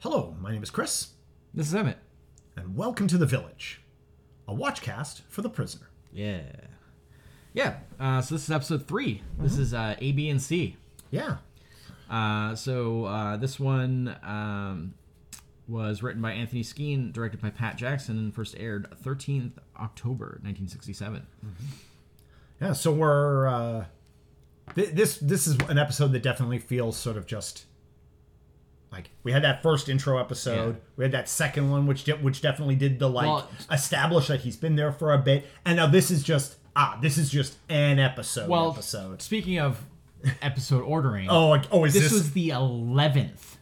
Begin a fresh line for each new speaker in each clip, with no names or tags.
Hello, my name is Chris,
This is Emmett.
and welcome to The Village, a watchcast for the prisoner.
Yeah. Yeah. Uh, so this is episode 3 This is uh, A, B, and C.
Yeah.
Uh, so uh, this one um, was written by Anthony Skeen, directed by Pat Jackson, and first aired 13th October 1967.
Yeah, so we're uh th- this this is an episode that definitely feels sort of just like we had that first intro episode,
Yeah.
we had that second one which de- which definitely did the like
Well-
establish that he's been there for a bit. And now this is just ah, this is just an episode
Well,
episode.
speaking of episode ordering,
Oh, like, oh is
this,
this,
was the 11th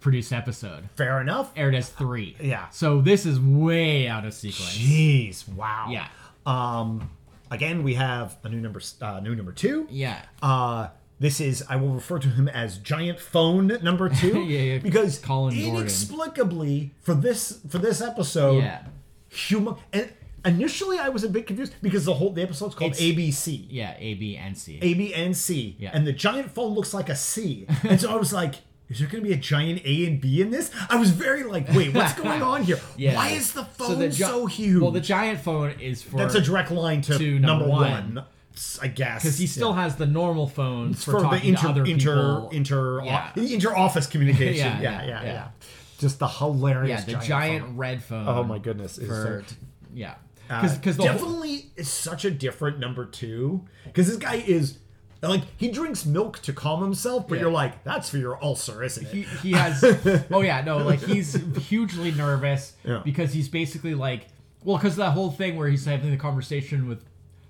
produced episode.
fair enough?
Aired as three.
Yeah.
So this is way out of sequence.
Jeez, wow.
Yeah.
Um again, we have a new number s- uh, new number 2.
Yeah.
Uh, this is I will refer to him as Giant Phone Number Two,
Yeah, yeah,
because
Colin Gordon.
inexplicably for this for this episode,
Yeah.
human. And initially, I was a bit confused because the whole the episode's called
It's-
ABC,
Yeah. A, B, and C.
A B and C,
Yeah.
and the giant phone looks like a C, and so I was like. Is there going to be a giant A and B in this? I was very like, wait, what's going on here?
Yeah.
Why is the phone so,
the gi-
huge?
Well, the giant phone is for
That's a direct line to,
to
number,
number
one,
one.
I guess.
because he
Yeah.
still has the normal phone for, talking to other people.
inter
Yeah.
inter office communication. yeah,
Yeah,
yeah, yeah,
yeah, yeah.
Just the hilarious
yeah, the giant
phone.
red phone.
Oh my goodness, it's
For,
so-
yeah, because
Uh,
the whole,
definitely is such a different number two because this guy is like he drinks milk to calm himself, but
Yeah.
you're like that's for your ulcer, isn't it?
he, he has. oh yeah, no, like he's hugely nervous
Yeah.
because he's basically like, well, because that whole thing where he's having the conversation with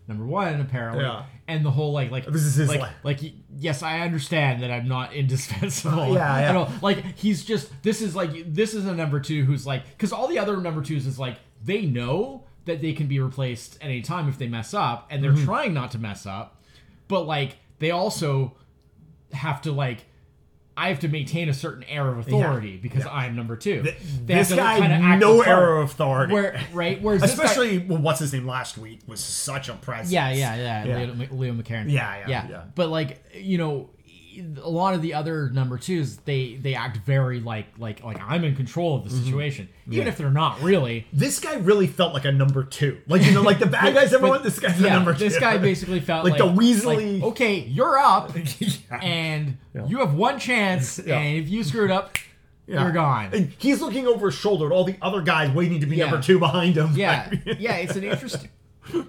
number one apparently,
Yeah.
and the whole like like
This is his
like,
life.
like y- yes, I understand that I'm not indispensable.
Uh, yeah,
I
yeah.
don't- like he's just this is like this is a number two who's like because all the other number twos is like they know that they can be replaced at any time if they mess up, and
Mm-hmm.
they're trying not to mess up, but like they also have to like. I have to maintain a certain air of authority because I'm number two. They have
this
to, like,
guy
kinda act
no
the part.
error of authority,
Where right? Whereas this guy-
especially well, what's his name last week was such a presence.
yeah, yeah, yeah,
Yeah.
Leo, Leo McCarron.
Yeah, yeah, yeah.
But like, you know, a lot of the other number twos, they they act very like like like I'm in control of the
Mm-hmm.
situation, even if they're not really.
This guy really felt like a number two, like you know, like the bad guys. Everyone,
But-
this guy's the
yeah,
number two.
This guy basically felt
Like
like,
the Weasley-
like, okay, you're up,
Yeah.
and you have one chance,
Yeah.
and if you screwed up,
Yeah.
you're gone.
And he's looking over his shoulder at all the other guys waiting to be
Yeah.
number two behind him.
yeah,
Like,
yeah. It's an interesting.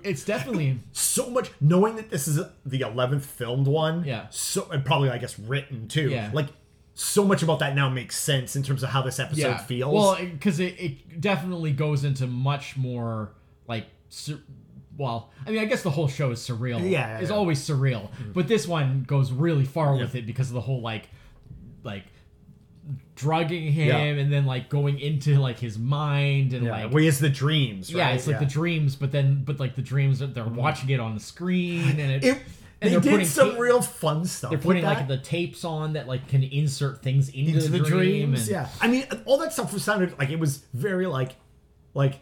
It's definitely
so much knowing that this is the eleventh filmed one.
Yeah.
So and probably I guess written too.
Yeah.
Like so much about that now makes sense in terms of how this episode feels.
Well, because it, it definitely goes into much more like, sur- well, I mean, I guess the whole show is surreal.
Yeah, yeah,
it's
yeah. Mm-hmm.
always surreal. But this one goes really far with it because of the whole like, like, drugging him
Yeah.
and then like going into like his mind and
yeah.
like.
Whereas the dreams.
yeah,
right? Mm-hmm.
it's like the dreams, but then, but like the dreams, they're watching it on the screen, and it,
It, they
and they're
did
putting
some
tape-
real fun stuff.
they're
with
putting
that.
like the tapes on that like can insert things into,
into the,
dream,
dreams.
and,
yeah, I mean, all that stuff was sounded like it was very like, like,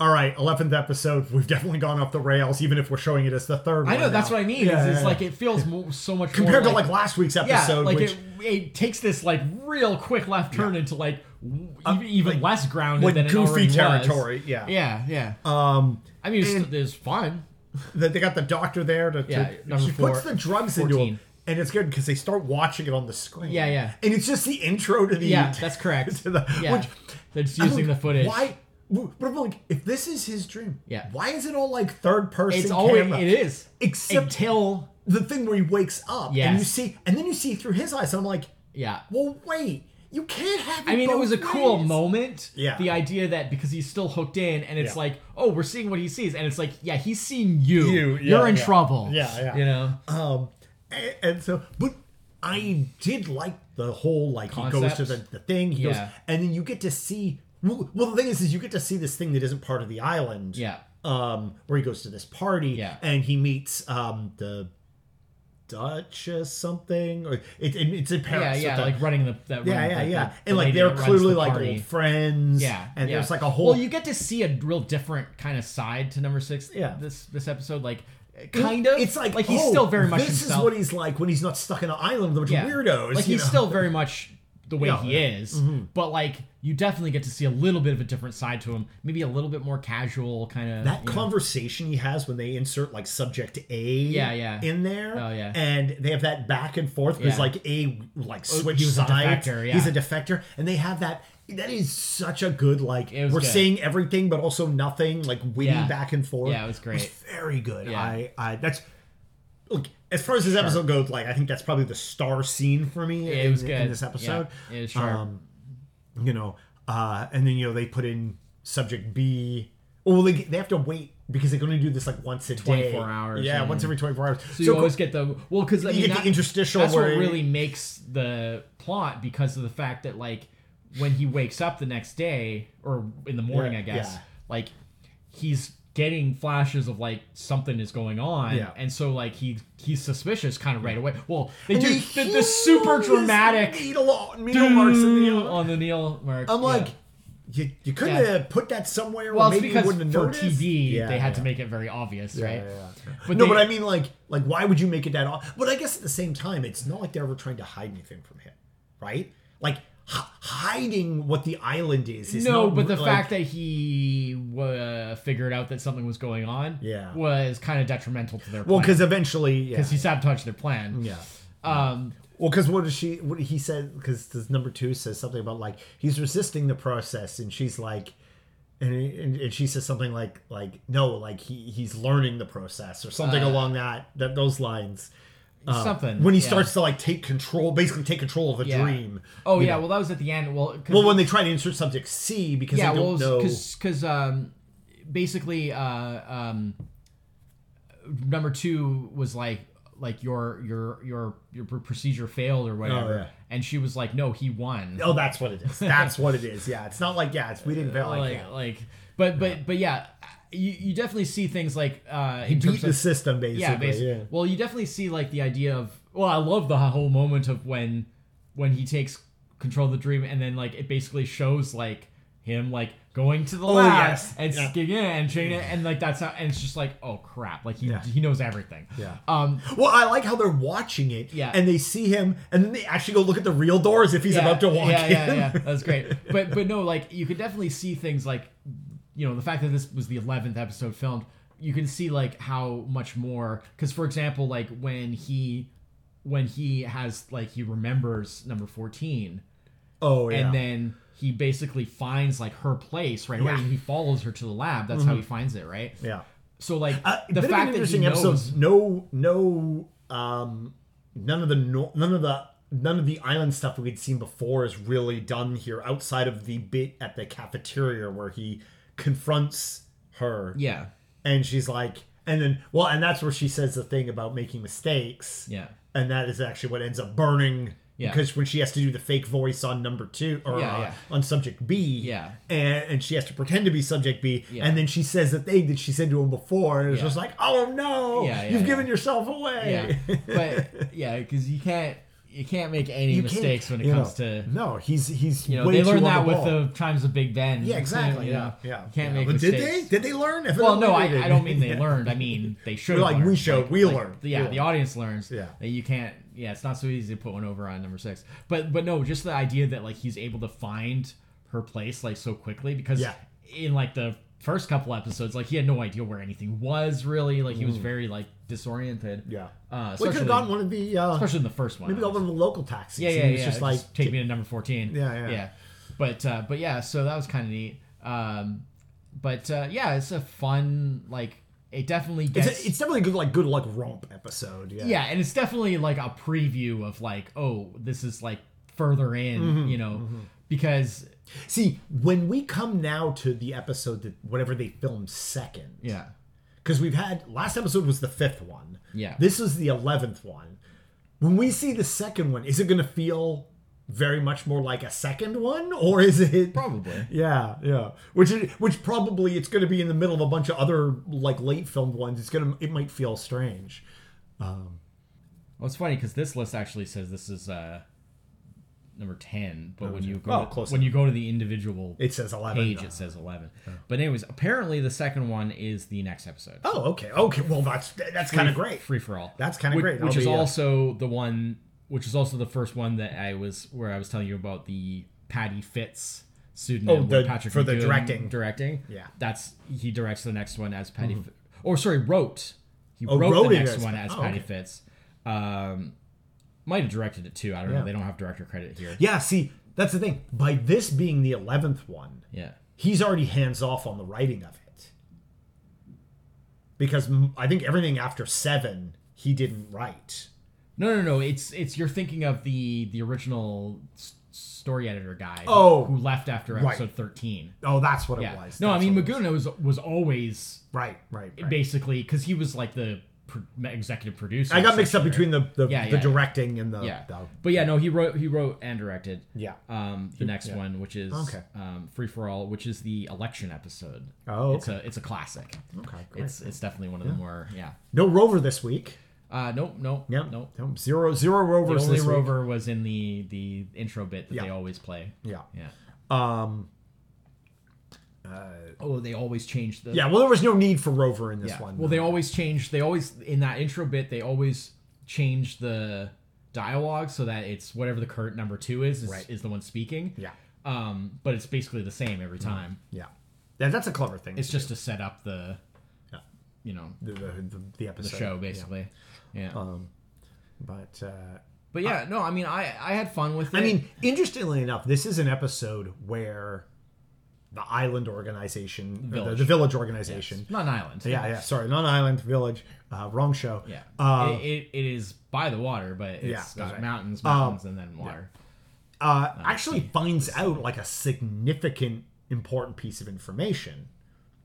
all right, eleventh episode. We've definitely gone off the rails, even if we're showing it as the third.
I
one
know that's
now.
what I mean.
Yeah,
is
yeah,
it's
yeah.
like it feels mo- so much
compared
more
to like last week's
yeah,
episode,
like
which
it, it takes this like real quick left turn into like w- even, even
Uh, like-
less grounded
like
than it
goofy
already was.
territory, yeah.
yeah, yeah.
um
I mean, it's,
and-
it's fun.
that they got the doctor there to, to-
Yeah, number
she puts
four-
the drugs into
14.
him, and it's good because they start watching it on the screen.
Yeah, yeah.
and it's just the intro to the
Yeah, that's correct.
to the-
yeah,
which-
they're just
I don't-
using the footage.
Why? But I'm like, if this is his dream,
Yeah.
why is it all like third person?
It's always
camera?
it is
Except
until
the thing where he wakes up and
Yes.
you see and then you see through his eyes and i'm like
yeah.
well wait you can't have
I mean, it
both
was a cool
ways."
moment.
Yeah.
The idea that because he's still hooked in, and it's
Yeah.
like, oh, we're seeing what he sees, and it's like, yeah, he's seeing you.
You, yeah,
You're in
yeah.
trouble.
Yeah, yeah.
You know.
um and, and so but i did like the whole like he goes
Concept.
to the, the thing he goes
Yeah.
and then you get to see well, well the thing is is you get to see this thing that isn't part of the island
Yeah.
um where he goes to this party
Yeah.
and he meets um the duchess something or it, it- it's in
Yeah,
paris
yeah,
with the-
like running the that
yeah,
running
yeah,
the- the-
yeah,
the
and like
lady
they're
that runs
clearly
the
like
party.
old friends,
yeah,
and
yeah.
there's like a whole
Well, you get to see a real different kind of side to number six.
Yeah.
this this episode, like kind of,
It's like
like he's
oh,
still very much
This
himself.
is what he's like when he's not stuck in an island with a bunch
yeah.
of weirdos.
Like
you
he's
know?
still very much the way
Yeah. Mm-hmm.
he is. But like you definitely get to see a little bit of a different side to him, maybe a little bit more casual kind of
That conversation he has when they insert like subject A
Yeah, yeah.
in there.
Oh, yeah.
And they have that back and forth because
Yeah. Oh,
like A like switch
he was a
sides.
defector, yeah.
He's a defector. And they have that that is such a good like
It
we're
was good.
saying everything but also nothing, like witty
Yeah.
back and forth.
Yeah, it was great.
very good.
Yeah.
I I that's look as far as this episode goes, like I think that's probably the star scene for me
it
in,
was good
in this episode uh,
Yeah, it was sharp.
you know, uh, and then you know they put in subject B. Oh, well, they they have to wait because they're going to do this like once a day,
24 hours,
Yeah,
yeah.
once every twenty four hours.
So, you always get the well because I mean,
get the
that-
interstitial
That's
where-
what really makes the plot because of the fact that like when he wakes up the next day or in the morning,
Yeah,
I guess,
yeah.
like he's getting flashes of like something is going on,
Yeah.
and so like he he's suspicious kind of right away. Well, they
And
do
they
the,
hew
the super
this
dramatic
needle, needle marks in the
on the nail mark.
I'm
yeah.
like, you, you couldn't
Yeah.
have put that somewhere.
well,
where
it's
maybe you
because
wouldn't have
for
noticed.
TV
Yeah,
they had
yeah.
to make it very obvious, right?
But
But
no,
they-
but I mean, like, like, why would you make it that off? But I guess at the same time, it's not like they're ever trying to hide anything from him, right? Like, h- hiding what the island is is
no,
not
but the
like-
fact that he uh, figured out that something was going on
Yeah.
was kind of detrimental to their plan.
well, because eventually, yeah,
he sabotaged their plan.
yeah.
Um,
Well, because what does she? What he said? Because number two says something about like he's resisting the process, and she's like, and, and, and she says something like like no, like he he's learning the process or something
Uh,
along that that those lines. Uh,
something.
When he
yeah.
starts to like take control, basically take control of a
Yeah.
dream.
Oh,
you
yeah.
know.
Well, that was at the end. Well, cause,
Well, when they try to insert subject C because
yeah,
they don't
well,
know.
because um, basically, uh, um, number two was like, like your your your your pr- procedure failed or whatever,
Oh, yeah.
and she was like, no, he won.
Oh, that's what it is. That's what it is. Yeah, it's not like yeah, it's we didn't fail like,
like,
that.
like, but but but yeah, you, you definitely see things like uh, in
beat
terms
the
of
system basically.
yeah, basically.
yeah.
Well, you definitely see like the idea of. Well, I love the whole moment of when when he takes control of the dream, and then like it basically shows like him like going to the lab
Oh, yes.
and
Yeah.
skin it and chain it, and like that's how, and it's just like oh crap, like he
Yeah.
he knows everything.
Yeah.
Um.
Well, I like how they're watching it,
Yeah.
and they see him, and then they actually go look at the real door as if he's
yeah,
about to walk
yeah,
in.
Yeah, yeah, that's great. But but no, like you could definitely see things like, you know, the fact that this was the eleventh episode filmed, you can see like how much more. Because for example, like when he, when he has like he remembers number fourteen,
Oh, yeah.
and then he basically finds like her place right away,
Yeah.
and he follows her to the lab. That's how he finds it, right?
yeah.
So like
Uh,
the
bit of an
fact that he
interesting
knows.
episodes. No, no, um, none of the nor- none of the none of the island stuff we'd seen before is really done here, outside of the bit at the cafeteria where he confronts her,
Yeah.
and she's like, and then well, and that's where she says the thing about making mistakes,
Yeah.
and that is actually what ends up burning
Yeah.
because when she has to do the fake voice on number two or
Yeah,
uh,
yeah.
on subject B,
Yeah.
and, and she has to pretend to be subject B,
Yeah.
and then she says the thing that she said to him before, and it's
Yeah.
just like, oh no,
Yeah, yeah,
you've
yeah.
given yourself away.
Yeah. but yeah, because you can't you can't make any
You can't-
mistakes when it
you know,
comes to
no, he's he's
You know,
way
they
too
learned
on
that
the
with
ball.
the times of Big Ben.
yeah, exactly,
You know,
yeah, yeah.
you can't
yeah.
make
but
mistakes.
Did they? Did they learn?
Well, no, I,
Evidently they
I don't mean
did.
they learned. I mean they should.
We're like,
learn.
we showed- we learned.
Yeah,
We
the audience learns.
Yeah.
that you can't. Yeah, it's not so easy to put one over on number six. But but no, just the idea that like he's able to find her place like so quickly because
Yeah.
in like the first couple episodes, like he had no idea where anything was really. Like he was very like disoriented.
Mm. Yeah,
uh,
we could
especially-
have gotten one of the uh,
especially in the first one.
maybe got one of the local taxis.
Yeah,
and
yeah,
he
yeah.
was Just like
take me to number fourteen.
Yeah, yeah.
yeah. But uh, but yeah, so that was kind of neat. Um, but uh, yeah, it's a fun like it definitely gets.
It's, it's definitely a good, like good luck romp episode. Yeah.
yeah, and it's definitely like a preview of like oh this is like further in
Mm-hmm,
you know because
See, when we come now to the episode that whatever they filmed second,
yeah
because we've had last episode was the fifth one.
Yeah.
This was the eleventh one. When we see the second one, is it going to feel very much more like a second one, or is it?
probably
Yeah, yeah. Which is, which probably it's going to be in the middle of a bunch of other like late filmed ones. It's gonna it might feel strange.
well it's funny because this list actually says this is uh number ten but when you go
Oh,
to,
close
when you go to the individual
It says eleven.
page it says eleven but anyways apparently the second one is the next episode
Oh, okay, okay. Well, that's that's kind of great.
free for all.
That's kinda
Which-
great.
Which
I'll
is
be, uh,
also the one which was also the first one that I was where I was telling you about the Patty Fitz pseudonym
Oh,
where
the-
Patrick
for the
McGowan
directing.
directing.
Yeah. Mm-hmm.
that's he directs the next one as Patty. Fi- or sorry, wrote he
Oh,
wrote,
wrote
the
it
next
as-
one as
oh,
Patty
okay.
Fitz. Um, might have directed it too. I don't know.
Yeah.
They don't have director credit here.
Yeah, see, that's the thing. By this being the 11th one,
Yeah.
he's already hands off on the writing of it. Because m- I think everything after 7, he didn't write.
No, no, no. It's it's you're thinking of the the original s- story editor guy. who-
Oh.
who left after
Right.
episode thirteen.
Oh, that's what
Yeah.
it was.
no, I
That's
mean
what it was.
Maguna was was always
Right, right, right.
basically because he was like the pro- executive producer.
I got mixed up
essentially,
between the the,
Yeah,
the
yeah, yeah.
directing and the,
right? Yeah,
the-
but yeah, no, he wrote he wrote and directed.
Yeah.
Um, the next
yeah.
one, which is
Okay.
um, free for all, which is the election episode.
Oh,
it's a it's a classic.
Okay, great.
It's it's definitely one of the more yeah.
no rover this week.
Uh, nope, nope,
Yeah,
nope.
no zero zero
The
rovers.
only
this week.
rover was in the the intro bit that
Yeah.
they always play.
Yeah.
Yeah.
Um.
Oh, they always change the.
Yeah. Well, there was no need for rover in this
Yeah.
one.
Well, they always change. They always in that intro bit. They always change the dialogue so that it's whatever the current number two is is,
Right.
is the one speaking.
Yeah. Mm-hmm.
Um, but it's basically the same every time.
Yeah. Yeah. That's a clever thing.
It's just to set up the,
Yeah.
you know,
the, the, the, the
the
episode
show
Yeah. Um,
basically. Yeah.
But uh,
but yeah, no, I mean, I I had fun with it.
I mean, interestingly enough, this is an episode where the island organization, or the,
Village.
the village organization.
not an island.
Yeah. Yeah. Sorry, not an island village. Uh, wrong show.
Yeah.
Uh,
it, it, it is by the water, but it's
Yeah, Um,
got
that's right.
mountains, mountains, and then water.
uh, actually finds out like a significant important piece of information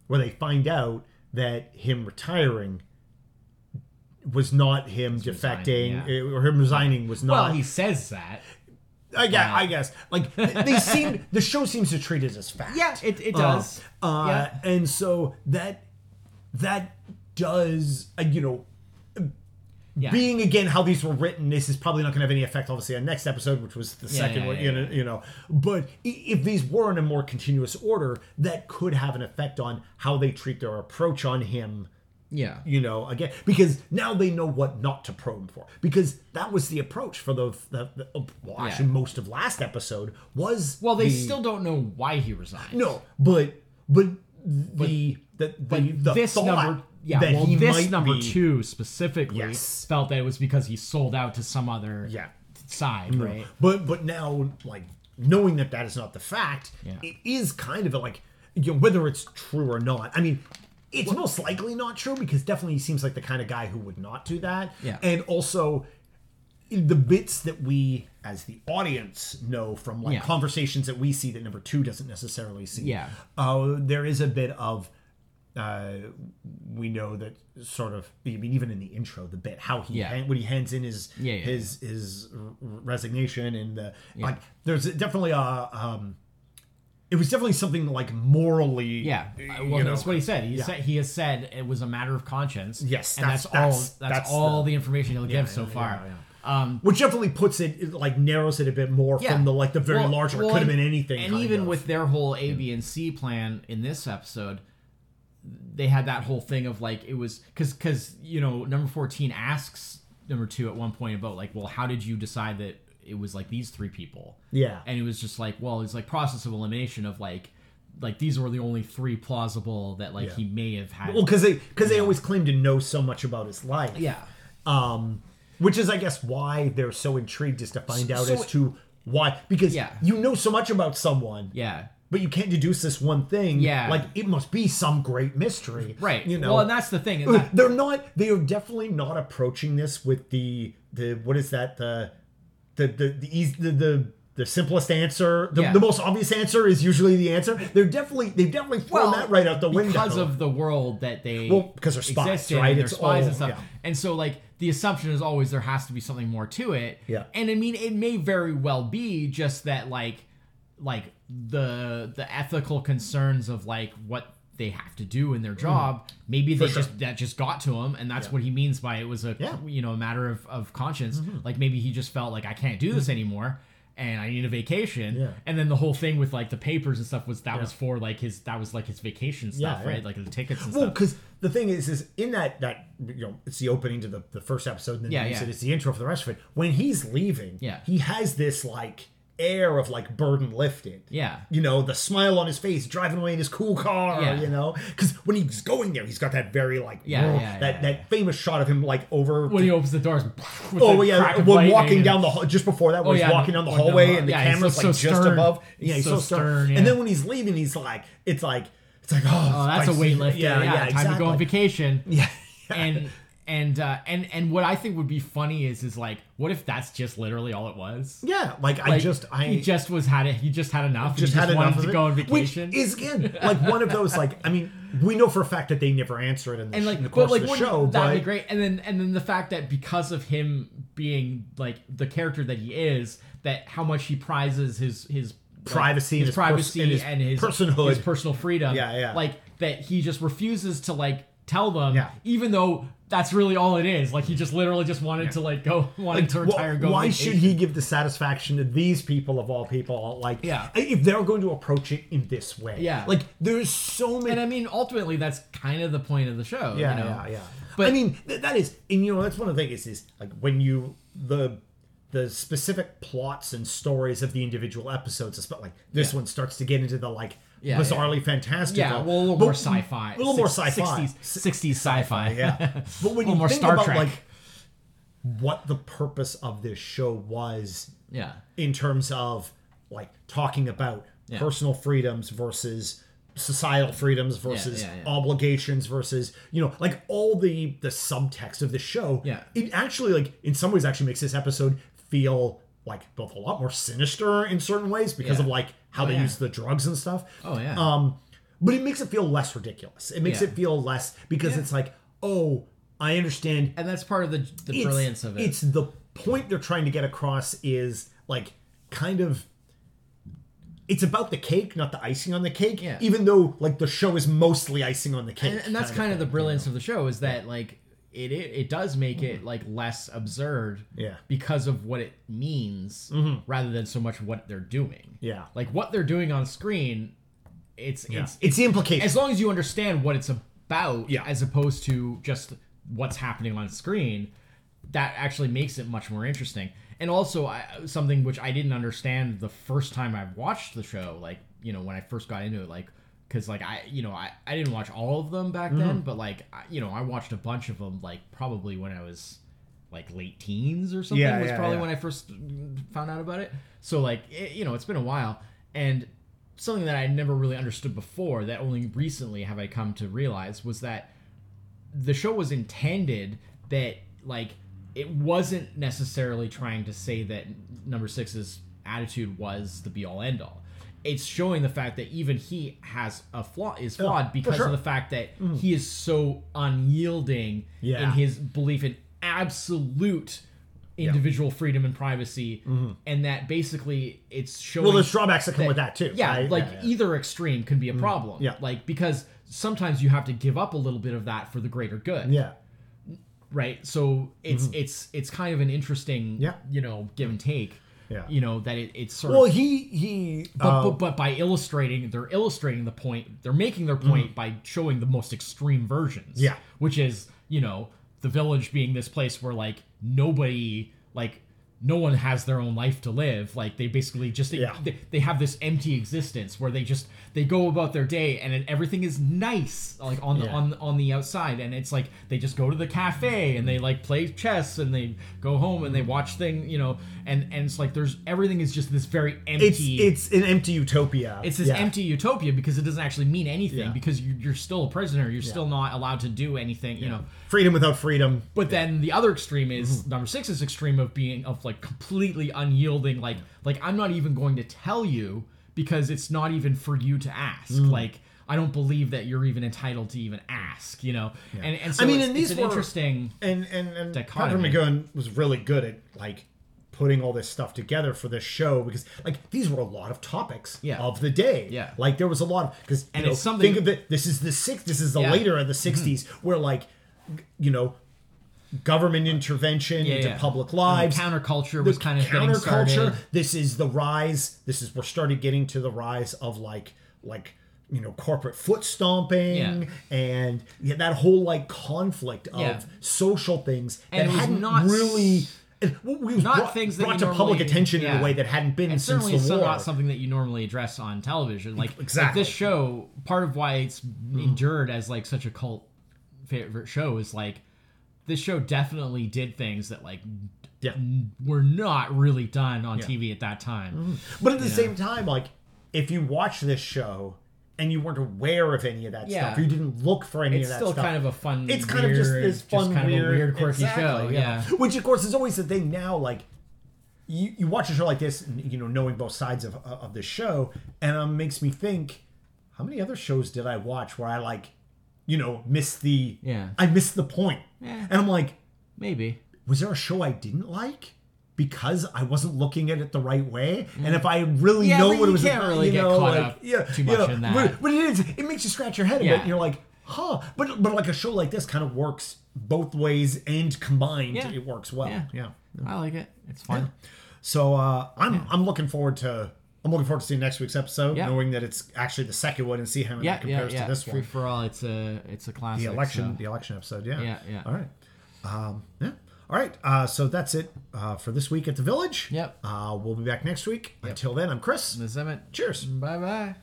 where they find out that him retiring was not him defecting
resigning, yeah.
eh, or him resigning was not
Well, he says that.
I, guess, I guess like th- they seem the show seems to treat it as fact
Yeah, it, it
Uh,
does.
uh,
yeah.
and so that that does uh, you know
Yeah.
being again how these were written, this is probably not going to have any effect, obviously, on next episode, which was the second
yeah,
one,
yeah,
you, know, you know. But i- if these were in a more continuous order, that could have an effect on how they treat their approach on him,
yeah.
you know, again, because now they know what not to probe him for. Because that was the approach for the, the, the well, actually,
Yeah.
most of last episode was.
Well, they
the-
still don't know why he resigned.
No, but, but the. the, the,
But
the
this
thought
number, yeah,
that
well,
he
this
might
number
be-
two specifically
Yes.
felt that it was because he sold out to some other
Yeah. Mm-hmm.
side, right?
But but now, like knowing that that is not the fact,
Yeah.
it is kind of a, like you know, whether it's true or not. I mean, it's most likely not true because definitely he seems like the kind of guy who would not do that.
Yeah.
and also the bits that we as the audience know from like
Yeah.
conversations that we see that number two doesn't necessarily see.
Yeah.
uh, there is a bit of. Uh, we know that sort of. I mean, even in the intro, the bit how he
Yeah.
hand- when he hands in his
Yeah, yeah,
his his r- resignation and the like there's definitely a um it was definitely something like morally
Yeah, Uh, well,
you know,
that's what he said. He
yeah.
said he has said it was a matter of conscience.
Yes,
and
that's-
that's,
that's-
all. That's,
that's
all the, information he'll give
yeah,
so
yeah,
far.
yeah.
Um,
which definitely puts it, it like narrows it a bit more
yeah.
from the like the very
Well-
large or
well,
could have
and-
been anything
And
kind
even
of.
with their whole A, B, and C plan in this episode, they had that whole thing of like it was because because you know number fourteen asks number two at one point about like well how did you decide that it was like these three people
yeah
and it was just like well it's like process of elimination of like like these were the only three plausible that like
Yeah.
he may have had
well because they because they always claim to know so much about his life
yeah
um which is i guess why they're so intrigued is to find out
so-
as to why because
Yeah.
you know so much about someone
yeah
but you can't deduce this one thing
Yeah.
like it must be some great mystery
right
you know
well and that's the thing and
Uh,
that-
they're not they are definitely not approaching this with the the what is that the the the the eas the, the the simplest answer the,
Yeah.
the most obvious answer is usually the answer they're definitely they've definitely thrown that right out the window
because of the world that they
Well, because they're spies,
exist in,
right?
and they're
It's
spies
all-
and stuff.
yeah.
And so, like, the assumption is always there has to be something more to it.
Yeah.
And I mean, it may very well be just that, like, like the the ethical concerns of like what they have to do in their job. Maybe they
Mm. For sure.
just that just got to him, and that's what he means by it was a
Yeah. Mm-hmm.
you know a matter of of conscience. Like maybe he just felt like I can't do this anymore. and I need a vacation.
Mm. Yeah.
And then the whole thing with like the papers and stuff was that was for like his that was like his vacation stuff,
yeah.
right? Like the tickets and
Well,
stuff.
because the thing is, is in that that you know it's the opening to the, the first episode, and then
Yeah,
you
yeah.
said it's the intro for the rest of it. When he's leaving,
Yeah.
he has this like air of like burden lifted.
Yeah.
you know the smile on his face, driving away in his cool car.
Yeah.
you know because when he's going there, he's got that very like
Yeah,
"Whoa,"
yeah,
that
yeah,
that
yeah.
famous shot of him like over.
When he opens the doors, with
Oh
the
yeah,
crack of
when
lightning
walking
and-
down the hall, just before that, when
Oh,
he's
yeah,
walking down the
walking down the
hallway
hall.
and the
Yeah, he's
camera's
so-
like
so
just
stern.
above. Yeah, he's so, stern.
yeah.
And then when he's leaving, he's like, it's like, it's like, oh,
Oh, that's a
spicy.
weight lift. Yeah, yeah, time to go on
exactly.
vacation.
Yeah.
and and uh, and and what I think would be funny is is like, what if that's just literally all it was?
Yeah, like, I
Like,
just I
he just was had it. He just had enough. and
just
he
had
just
enough
wanted
of
to
it,
go on vacation.
Which is again like one of those like I mean we know for a fact that they never answer it in the,
and
sh-
like,
in the course
but like,
of the
wouldn't-
show.
that'd be
But
great. And then and then the fact that because of him being like the character that he is, that how much he prizes his his like,
Privacy and
his,
his pers-
privacy,
and his
and his
personhood.
his personal freedom.
Yeah, yeah.
Like that, he just refuses to like tell them,
Yeah.
even though. That's really all it is. Like he just literally just wanted to like go, wanted to
wh-
retire. go
why
on
should
vacation.
he give the satisfaction to these people of all people? Like,
Yeah.
if they're going to approach it in this way,
Yeah.
like there's so many
And I mean, ultimately, that's kind of the point of the show.
Yeah,
you know?
yeah, yeah. But
But-
I mean, th- that is, and you know, that's one of the things is like when you the the specific plots and stories of the individual episodes, it's about like this
Yeah.
one starts to get into the like
Yeah,
bizarrely fantastic,
Yeah, well, a little more sci-fi,
a little more
Six-
sci-fi,
60s, 60s sci-fi.
yeah. But when
A little
you
more
think
Star
about
Trek.
like what the purpose of this show was
yeah,
in terms of like talking about
Yeah.
personal freedoms versus societal freedoms versus
yeah, yeah.
obligations versus you know like all the the subtext of the show
Yeah.
it actually like in some ways actually makes this episode feel like both a lot more sinister in certain ways because
Yeah. Oh,
of like how they
yeah.
use the drugs and stuff
Oh, yeah.
um but it makes it feel less ridiculous it makes
Yeah.
it feel less because
Yeah.
it's like oh i understand
and that's part of the the
it's-
brilliance of it.
It's the point they're trying to get across is like kind of it's about the cake, not the icing on the cake.
Yeah.
Even though like the show is mostly icing on the cake.
and, and that's kind of the brilliance of the show is that like it it, it does make it like less absurd
Yeah. Mm-hmm.
because of what it means rather than so much what they're doing
Yeah.
like what they're doing on screen it's
it's,
it's
it's the implication.
as long as you understand what it's about
Yeah.
as opposed to just what's happening on screen that actually makes it much more interesting and also I, something which i didn't understand the first time i watched the show like you know when i first got into it like because like i you know I, I didn't watch all of them back then but like I, you know i watched a bunch of them like probably when i was like late teens or something
Yeah,
was
yeah,
probably
yeah.
when I first found out about it. So like it, you know, it's been a while, and something that I never really understood before that only recently have I come to realize was that the show was intended that like it wasn't necessarily trying to say that number six's attitude was the be all end all. It's showing the fact that even he has a flaw is flawed because
sure. Mm-hmm.
of the fact that he is so unyielding in
Yeah.
his his belief in absolute individual freedom and privacy and that basically it's showing
Mm-hmm. well, there's drawbacks that come with that too.
yeah
right?
like
yeah. Mm-hmm.
either extreme can be a problem
Yeah.
like because sometimes you have to give up a little bit of that for the greater good
yeah. Mm-hmm.
right so it's it's it's kind of an interesting
Yeah.
you know give and take
Yeah.
you know that it, it's sort
Well,
of
he he uh,
but, but, but by illustrating they're illustrating the point they're making their point by showing the most extreme versions
Mm. Yeah.
which is you know the village being this place where like nobody like no one has their own life to live like they basically just they,
Yeah.
they, they have this empty existence where they just they go about their day and then everything is nice like on the
Yeah.
on on the outside and it's like they just go to the cafe and they like play chess and they go home
Mm.
and they watch thing you know and and it's like there's everything is just this very empty
it's it's an empty utopia.
it's this
Yeah.
empty utopia because it doesn't actually mean anything
Yeah.
because you, you're still a prisoner. You're still not allowed to do anything, you know.
freedom without freedom.
But then the other extreme is
Mm-hmm.
number six is extreme of being of like completely unyielding. Like like I'm not even going to tell you because it's not even for you to ask.
Mm.
Like I don't believe that you're even entitled to even ask, you know. And and so
I mean,
it's,
and
it's
these
an
were-
interesting.
and and and
Dichotomy.
Patrick McGowan was really good at like putting all this stuff together for this show because like these were a lot of topics
Yeah.
of the day.
Yeah.
like there was a lot of because you
And
know,
it's something- Mm-hmm.
think of it. This is the six. This is the
Yeah.
later of the 60s where like you know government intervention
Yeah,
into
yeah.
public
And
lives.
the counterculture was kind of getting started.
counterculture. This is the rise. This is we're started getting to the rise of like like you know corporate foot stomping
Yeah.
and yeah, that whole like conflict of
Yeah.
social things
And it
that
was
hadn't
not s-
really. and w- w- was
not
brought,
things that
brought
we
to public
normally-
attention in
yeah.
a way that hadn't been
And
since
certainly
the
it's
war.
not something that you normally address on television. Like
Exactly. Mm-hmm.
like this show, part of why it's endured as like such a cult favorite show is like this show definitely did things that like
yeah.
were not really done on TV at that time.
Mm-hmm. But at the same time, like if you watch this show and you weren't aware of any of that
Yeah.
stuff, you didn't look for any
It's
of that
still
stuff.
kind of a fun.
it's kind of just
weird-
this fun,
kind
weird,
of a weird, quirky show.
exactly,
Yeah.
Which of course is always the thing now. Like you, you watch a show like this, n- you know, knowing both sides of of the show, and um, makes me think, how many other shows did I watch where I like, you know, missed the
Yeah.
I missed the point,
Yeah.
and I'm like,
maybe.
was there a show I didn't like? Because I wasn't looking at it the right way, and if I really
Yeah,
know
but
what
you
it was
can't
about,
really
you
get
know,
caught
like,
up
yeah,
too
you
much
know,
in that.
But, but it is, it makes you scratch your head a bit.
Yeah.
And you're like, huh. But but like a show like this kind of works both ways, and combined,
Yeah.
it works well.
Yeah. I like it. It's fun.
So uh, I'm I'm looking forward to I'm looking forward to seeing next week's episode,
Yeah.
knowing that it's actually the second one, and see how
Yeah,
it
yeah, yeah.
compares to this
Free
one,
for all. It's a it's a classic.
the election
so-
the election episode.
Yeah, yeah.
All right. Um, yeah. All right. Uh, so that's it uh, for this week at the Village.
Yep.
Uh, we'll be back next week. Until then, I'm Chris.
This is Emmett.
Cheers.
Bye bye.